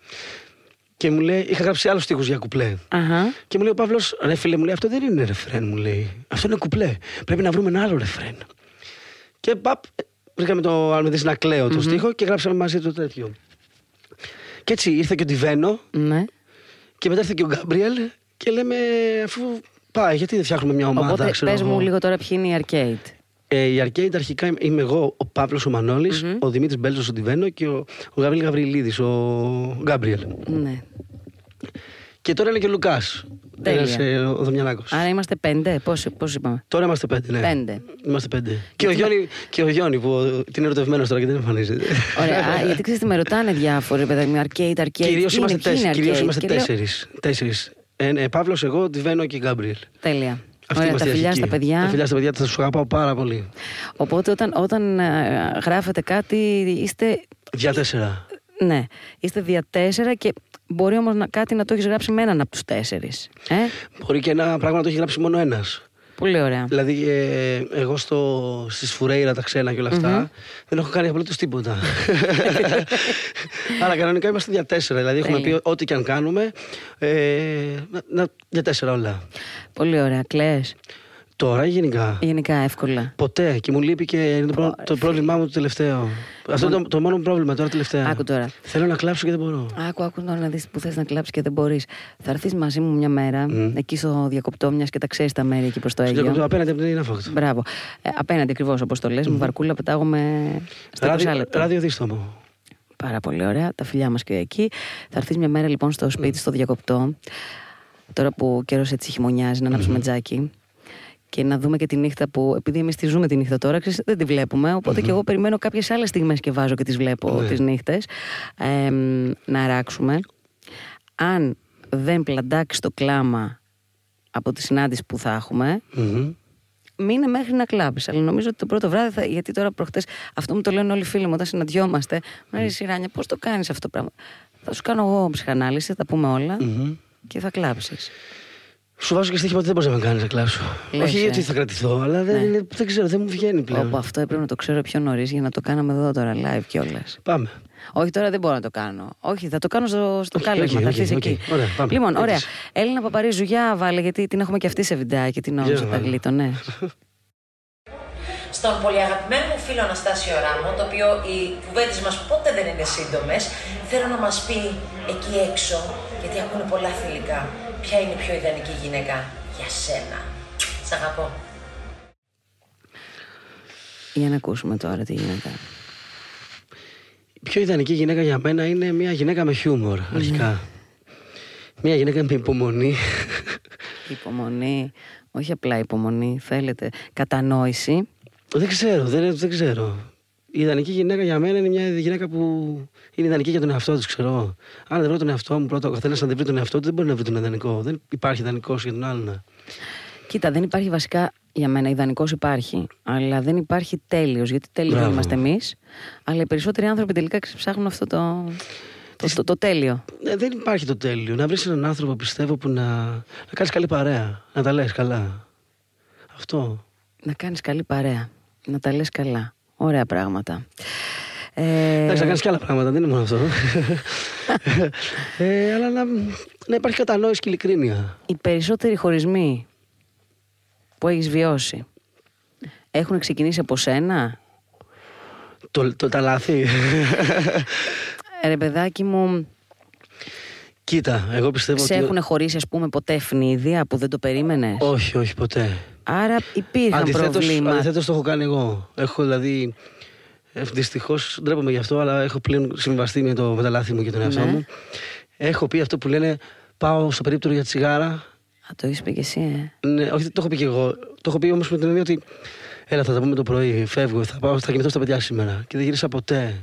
Speaker 3: Και μου λέει, είχα γράψει άλλους στίχους για κουπλέ.
Speaker 2: Αχα.
Speaker 3: Και μου λέει ο Παύλος, ρε φίλε, μου λέει, αυτό δεν είναι ρεφρέν, μου λέει. Αυτό είναι κουπλέ. Πρέπει να βρούμε ένα άλλο ρεφρέν. Και παπ, βρήκαμε το αν με δεις να κλαίω το στίχο και γράψαμε μαζί το τέτοιο. Και έτσι ήρθε και ο Ντιβένο,
Speaker 2: Ναι.
Speaker 3: και μετά ήρθε και ο Γκάμπριελ και λέμε, αφού πάει, γιατί δεν φτιάχνουμε μια ομάδα.
Speaker 2: Οπότε
Speaker 3: ξέρω
Speaker 2: πες
Speaker 3: εγώ.
Speaker 2: μου λίγο τώρα ποιοι είναι οι arcade.
Speaker 3: Ε, η Arcade αρχικά είμαι- είμαι εγώ, ο Παύλος ο μανωλη ο Δημήτρης Μπέλτος ο Ντιβένο και ο, ο Γαβρίλ Γαβριλίδης, ο Γκάμπριελ.
Speaker 2: Ναι.
Speaker 3: Και τώρα είναι και ο Λουκάς.
Speaker 2: Τέλεια.
Speaker 3: ο Δομιανάκος.
Speaker 2: Άρα είμαστε πέντε, πώς, πώς είπαμε.
Speaker 3: Τώρα είμαστε πέντε, ναι.
Speaker 2: Πέντε.
Speaker 3: Είμαστε πέντε. Και, ο Γιώνη, και ο Γιώνη που την είναι ερωτευμένος τώρα και δεν εμφανίζεται.
Speaker 2: Ωραία, α, γιατί ξέρεις τι με ρωτάνε διάφοροι παιδάκι μου, arcade, arcade.
Speaker 3: Κυρίως
Speaker 2: τι είναι,
Speaker 3: είμαστε,
Speaker 2: ποιοι είναι
Speaker 3: τέσσερις. Κυρίως
Speaker 2: arcade,
Speaker 3: είμαστε
Speaker 2: και λέω,
Speaker 3: τέσσερις. Τέσσερις. Ε, ναι, Παύλος, εγώ, Ντιβένο και Γκάμπριελ.
Speaker 2: Τέλεια. Ωραία,
Speaker 3: Αυτή
Speaker 2: τα
Speaker 3: είμαστε η
Speaker 2: φιλιά
Speaker 3: αρχική.
Speaker 2: στα παιδιά.
Speaker 3: Τα φιλιά στα παιδιά, θα σου αγαπάω πάρα πολύ.
Speaker 2: Οπότε όταν, όταν α, γράφετε κάτι είστε,
Speaker 3: Για τέσσερα.
Speaker 2: ναι, είστε δια τέσσερα και μπορεί όμως να, κάτι να το έχεις γράψει με έναν από τους τέσσερις. Ε?
Speaker 3: Μπορεί και ένα πράγμα να το έχει γράψει μόνο ένας.
Speaker 2: Πολύ ωραία.
Speaker 3: Δηλαδή, ε, εγώ στο, στις Φουρέιρα τα ξένα και όλα αυτά, δεν έχω κάνει απολύτως τίποτα. Αλλά κανονικά είμαστε για τέσσερα. Δηλαδή, έχουμε
Speaker 2: Τέλεια.
Speaker 3: πει ό,τι και αν κάνουμε. Ε, να, να- για τέσσερα όλα.
Speaker 2: Πολύ ωραία. Κλαίς.
Speaker 3: Τώρα ή γενικά.
Speaker 2: Γενικά εύκολα.
Speaker 3: Ποτέ. Και μου λείπει και είναι το, πρό- το πρόβλημά μου το τελευταίο. Αυτό είναι το, το μόνο μου πρόβλημα τώρα τελευταία.
Speaker 2: Άκου τώρα.
Speaker 3: Θέλω να κλάψω και δεν μπορώ.
Speaker 2: Άκου, άκου τώρα να δεις που θες να κλάψεις και δεν μπορείς. Θα έρθεις μαζί μου μια μέρα, εκεί στο διακοπτό μιας και τα ξέρεις τα μέρη εκεί προς το
Speaker 3: Στο
Speaker 2: Αίγιο.
Speaker 3: κοπτό απέναντι από την Ιναφόκτο.
Speaker 2: Μπράβο. Ε, απέναντι ακριβώς όπως το λες, μου βαρκούλα πετάγομαι στα 20
Speaker 3: Ράδιο,
Speaker 2: λεπτά.
Speaker 3: ράδιο δίστομο.
Speaker 2: Πάρα πολύ ωραία. Τα φιλιά μας και εκεί. Θα έρθεις μια μέρα λοιπόν στο σπίτι, στο διακοπτό. Τώρα που ο καιρός έτσι χειμωνιάζει, να ανάψουμε τζάκι. Και να δούμε και τη νύχτα που. Επειδή εμείς τη ζούμε τη νύχτα τώρα, ξέρεις, δεν τη βλέπουμε. Οπότε και εγώ περιμένω κάποιες άλλες στιγμές και βάζω και τις βλέπω
Speaker 3: Ναι.
Speaker 2: τις τι νύχτε. να αράξουμε. Αν δεν πλαντάξει το κλάμα από τη συνάντηση που θα έχουμε,
Speaker 3: Μμμ.
Speaker 2: μείνε μέχρι να κλάψεις. Αλλά νομίζω ότι το πρώτο βράδυ θα. Γιατί τώρα προχτές. Αυτό μου το λένε όλοι οι φίλοι μου όταν συναντιόμαστε. Μου λέει Σιράνια, πώς το κάνεις αυτό το πράγμα. Θα σου κάνω εγώ ψυχανάλυση, θα τα πούμε όλα
Speaker 3: Μμμ.
Speaker 2: και θα κλάψεις.
Speaker 3: Σου βάζω και στοίχημα ότι δεν μπορεί να με κάνεις να κλάψω.
Speaker 2: Λες,
Speaker 3: Όχι
Speaker 2: ε.
Speaker 3: γιατί θα κρατηθώ, αλλά δεν,
Speaker 2: Ναι.
Speaker 3: είναι- δεν ξέρω, δεν μου βγαίνει πλέον.
Speaker 2: Όπου αυτό έπρεπε να το ξέρω πιο νωρίς για να το κάναμε εδώ τώρα live κιόλας.
Speaker 3: Πάμε.
Speaker 2: Όχι, τώρα δεν μπορώ να το κάνω. Όχι, θα το κάνω στο, στο
Speaker 3: Όχι,
Speaker 2: κάλεσμα.
Speaker 3: οκ,
Speaker 2: θα
Speaker 3: οκ,
Speaker 2: έρθεις
Speaker 3: οκ.
Speaker 2: εκεί.
Speaker 3: Ωραία, πάμε.
Speaker 2: Λοιπόν, ωραία.
Speaker 3: Έτσι.
Speaker 2: Έλληνα Παπαρίζου, για βάλε, γιατί την έχουμε και αυτή σε βιντεάκι. Την
Speaker 3: Για
Speaker 2: νόμιζα, τα
Speaker 3: βάλε.
Speaker 2: γλίτωνε.
Speaker 5: στον πολύ αγαπημένο μου φίλο Αναστάσιο Ράμο, το οποίο οι κουβέντες μας ποτέ δεν είναι σύντομες, θέλω να μας πει εκεί έξω, γιατί ακούνε πολλά φιλικά, ποια είναι η πιο ιδανική γυναίκα για σένα. Σ' αγαπώ.
Speaker 2: για να ακούσουμε τώρα τι γίνεται.
Speaker 3: Η πιο ιδανική γυναίκα για μένα είναι μια γυναίκα με χιούμορ, αρχικά. Μια γυναίκα με υπομονή.
Speaker 2: Υπομονή. Όχι απλά υπομονή. Θέλετε κατανόηση.
Speaker 3: δεν ξέρω, δεν, δεν ξέρω. Η ιδανική γυναίκα για μένα είναι μια γυναίκα που είναι ιδανική για τον εαυτό της, ξέρω εγώ. Αν δεν βρω τον εαυτό μου πρώτα, ο καθένας αν δεν βρει τον εαυτό του, δεν μπορεί να βρει τον ιδανικό. Δεν υπάρχει ιδανικός για τον άλλον.
Speaker 2: Κοίτα, δεν υπάρχει βασικά για μένα. Ιδανικός υπάρχει. Αλλά δεν υπάρχει τέλειος. Γιατί τέλειος δεν
Speaker 3: Μπράβο.
Speaker 2: είμαστε εμείς. Αλλά οι περισσότεροι άνθρωποι τελικά ψάχνουν αυτό το, το, το, το τέλειο.
Speaker 3: Ναι, δεν υπάρχει το τέλειο. Να βρεις έναν άνθρωπο, πιστεύω, που να, να κάνεις καλή παρέα. Να τα λες καλά. Αυτό.
Speaker 2: Να κάνεις καλή παρέα. Να τα λες καλά. Ωραία πράγματα. Ε,
Speaker 3: Εντάξει, να κάνεις και άλλα πράγματα, δεν είναι μόνο αυτό. ε, αλλά να, να υπάρχει κατανόηση και ειλικρίνεια.
Speaker 2: οι περισσότεροι χωρισμοί που έχεις βιώσει έχουν ξεκινήσει από σένα.
Speaker 3: Το, το, τα λάθη.
Speaker 2: Ε, Ρε παιδάκι μου,
Speaker 3: Κοίτα, εγώ πιστεύω
Speaker 2: σε
Speaker 3: ότι.
Speaker 2: έχουν χωρίσει ας πούμε ποτέ ευνίδια που δεν το περίμενες.
Speaker 3: Όχι, όχι, ποτέ.
Speaker 2: Άρα υπήρχαν προβλήματα.
Speaker 3: αντιθέτως το έχω κάνει εγώ. Έχω δηλαδή. Δυστυχώ ντρέπομαι γι' αυτό, αλλά έχω πλέον συμβαστεί με, το, με τα λάθη μου και τον εαυτό
Speaker 2: Ναι.
Speaker 3: μου. Έχω πει αυτό που λένε πάω στο περίπτωρο για τσιγάρα.
Speaker 2: Α, το είσαι πει και εσύ, ε.
Speaker 3: Ναι, όχι, το έχω πει και εγώ. Το έχω πει όμως με την έννοια ότι. Έλα, θα τα πούμε το πρωί. Φεύγω, θα, πάω, θα κοιμηθώ στα παιδιά σήμερα. Και δεν γύρισα ποτέ.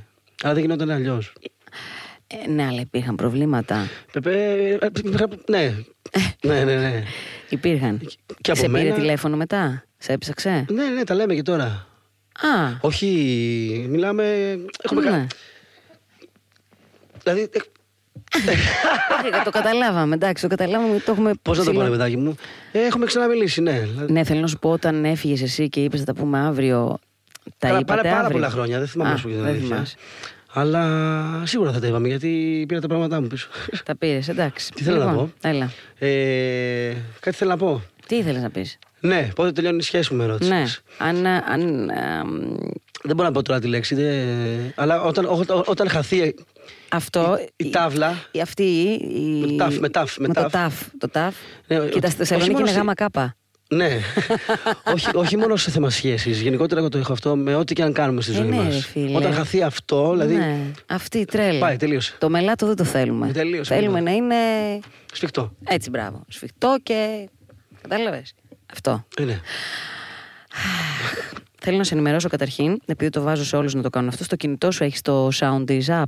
Speaker 3: Αλλά δεν γινόταν αλλιώς.
Speaker 2: Ε, Ναι, αλλά υπήρχαν προβλήματα.
Speaker 3: Ναι. ναι, ναι, ναι.
Speaker 2: Υπήρχαν.
Speaker 3: και από
Speaker 2: σε πήρε
Speaker 3: μένα.
Speaker 2: τηλέφωνο μετά, σε έψαξε.
Speaker 3: Ναι, ναι, τα λέμε και τώρα.
Speaker 2: Α,
Speaker 3: Όχι, μιλάμε. Έχουμε
Speaker 2: ναι.
Speaker 3: κάνει. Δηλαδή, ε,
Speaker 2: Ε, το καταλάβαμε, εντάξει, το καταλάβαμε γιατί το έχουμε
Speaker 3: πώς να το πω,
Speaker 2: ψηλό-
Speaker 3: ρε παιδάκι μου. Ε, Έχουμε ξαναμιλήσει, ναι. Δηλαδή,
Speaker 2: Ναι, θέλω να σου πω όταν έφυγες εσύ και είπες θα τα πούμε αύριο. Τα
Speaker 3: Καλά,
Speaker 2: είπατε
Speaker 3: πάρα, πάρα
Speaker 2: αύριο.
Speaker 3: πολλά χρόνια, δεν θυμάμαι
Speaker 2: Α,
Speaker 3: να σου πω την
Speaker 2: δεν
Speaker 3: αλήθεια.
Speaker 2: θυμάσαι.
Speaker 3: Αλλά σίγουρα θα τα είπαμε γιατί πήρα τα πράγματά μου πίσω.
Speaker 2: Τα πήρες, εντάξει.
Speaker 3: Τι θέλω να
Speaker 2: Λοιπόν,
Speaker 3: πω.
Speaker 2: Έλα.
Speaker 3: Ε, κάτι θέλω να πω.
Speaker 2: Τι ήθελες να πεις.
Speaker 3: Ναι, πότε τελειώνει η σχέση μου, με ρώτησες.
Speaker 2: Ναι, αν. ε, αν ε, μ,
Speaker 3: Δεν μπορώ να πω τώρα τη λέξη. δεν- Αλλά όταν, ό, ό, όταν χαθεί.
Speaker 2: αυτό.
Speaker 3: η τάβλα.
Speaker 2: Ε, η- αυτή. Η,
Speaker 3: Με τάφ, με τάφ, με
Speaker 2: το
Speaker 3: τάφ.
Speaker 2: τάφ. Το τάφ.
Speaker 3: Ναι, ο-
Speaker 2: Κοίτα, στη
Speaker 3: όχι
Speaker 2: Θεσσαλονίκη
Speaker 3: μόνο
Speaker 2: είναι
Speaker 3: στη-
Speaker 2: γάμα κάπα.
Speaker 3: Ναι. όχι, όχι μόνο σε θέμα σχέσης. Γενικότερα εγώ το έχω αυτό με ό,τι και αν κάνουμε στη
Speaker 2: Ε,
Speaker 3: ζωή
Speaker 2: ναι,
Speaker 3: μας.
Speaker 2: ρε φίλε.
Speaker 3: Όταν χαθεί αυτό, δηλαδή.
Speaker 2: Ναι, αυτή η τρέλα.
Speaker 3: Πάει, τελείωσε.
Speaker 2: Το μελάτο δεν το θέλουμε.
Speaker 3: Ε, τελείωσε,
Speaker 2: θέλουμε
Speaker 3: μελάτο.
Speaker 2: να είναι.
Speaker 3: Σφιχτό.
Speaker 2: Έτσι, μπράβο. Σφιχτό και. Κατάλαβες. Αυτό.
Speaker 3: Ε, ναι.
Speaker 2: Θέλω να σε ενημερώσω καταρχήν, επειδή το βάζω σε όλους να το κάνουν αυτό. Στο κινητό σου έχεις το Sound Is App.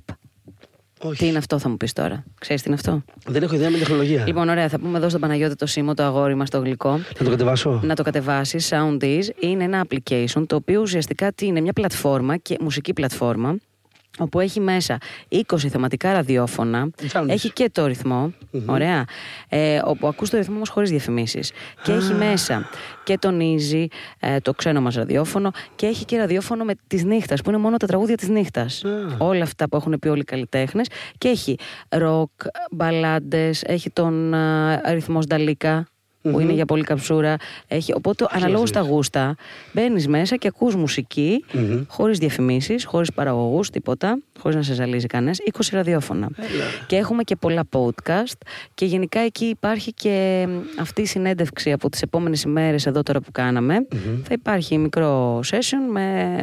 Speaker 3: Όχι. Ναι.
Speaker 2: Τι είναι αυτό, θα μου πεις τώρα. Ξέρεις τι είναι αυτό.
Speaker 3: Δεν έχω ιδέα με τεχνολογία.
Speaker 2: Λοιπόν, ωραία, θα πούμε εδώ στον Παναγιώτη το Σίμω, το αγόρι μας, το γλυκό.
Speaker 3: Να το κατεβάσω.
Speaker 2: Να το κατεβάσει. Sound is είναι ένα application το οποίο ουσιαστικά τι είναι, μια πλατφόρμα και μουσική πλατφόρμα όπου έχει μέσα 20 θεματικά ραδιόφωνα,
Speaker 3: Sound Is.
Speaker 2: έχει και το ρυθμο ωραία, ε, όπου ακούς το ρυθμό όμως χωρίς διαφημίσεις. Και έχει μέσα και τον Easy, ε, το ξένο μας ραδιόφωνο, και έχει και ραδιόφωνο με της νύχτας, που είναι μόνο τα τραγούδια της νύχτας.
Speaker 3: Α.
Speaker 2: Όλα αυτά που έχουν πει όλοι οι καλλιτέχνες. Και έχει ροκ, μπαλάντες, έχει τον ε, αριθμό Νταλίκα, που είναι για πολύ καψούρα. Έχει, οπότε αναλόγω τα γούστα μπαίνεις μέσα και ακούς μουσική, χωρίς διαφημίσεις, χωρίς παραγωγούς, τίποτα, χωρίς να σε ζαλίζει κανένας, 20 ραδιόφωνα. Και έχουμε και πολλά podcast και γενικά εκεί υπάρχει και αυτή η συνέντευξη από τις επόμενες ημέρες εδώ τώρα που καναμε Θα υπάρχει μικρό session με.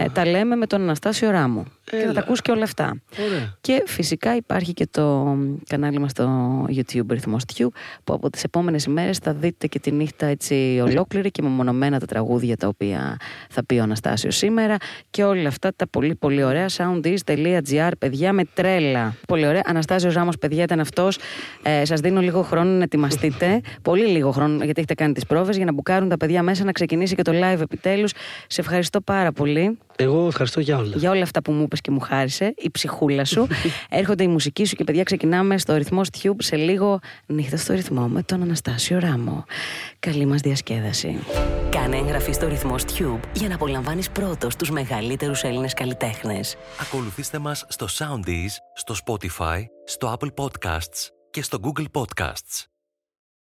Speaker 2: ε, τα λέμε με τον Αναστάσιο Ράμο. Και θα τα ακούς και όλα αυτά.
Speaker 3: Ωραία.
Speaker 2: Και φυσικά υπάρχει και το κανάλι μας στο YouTube Ρυθμός Τιού που από τις επόμενες ημέρες θα δείτε και τη νύχτα έτσι ολόκληρη και μεμονωμένα τα τραγούδια τα οποία θα πει ο Αναστάσιος σήμερα και όλα αυτά τα πολύ πολύ ωραία soundis.gr παιδιά με τρέλα. Πολύ ωραία. Αναστάσιος Ράμος παιδιά ήταν αυτός. Ε, σας δίνω λίγο χρόνο να ετοιμαστείτε. πολύ λίγο χρόνο γιατί έχετε κάνει τις πρόβες για να μπουκάρουν τα παιδιά μέσα να ξεκινήσει και το live επιτέλους. Σε ευχαριστώ πάρα πολύ
Speaker 3: Εγώ ευχαριστώ για όλα.
Speaker 2: για όλα αυτά που μου είπες και μου χάρισε, η ψυχούλα σου. Έρχονται η μουσική σου και παιδιά, ξεκινάμε στο ρυθμό Tube σε λίγο νύχτα στο ρυθμό με τον Αναστάσιο Ράμο. Καλή μας διασκέδαση.
Speaker 6: Κάνε εγγραφή στο ρυθμό Tube για να απολαμβάνεις πρώτος τους μεγαλύτερους Έλληνες καλλιτέχνες.
Speaker 7: Ακολουθήστε μας στο Soundees, στο Spotify, στο Apple Podcasts και στο Google Podcasts.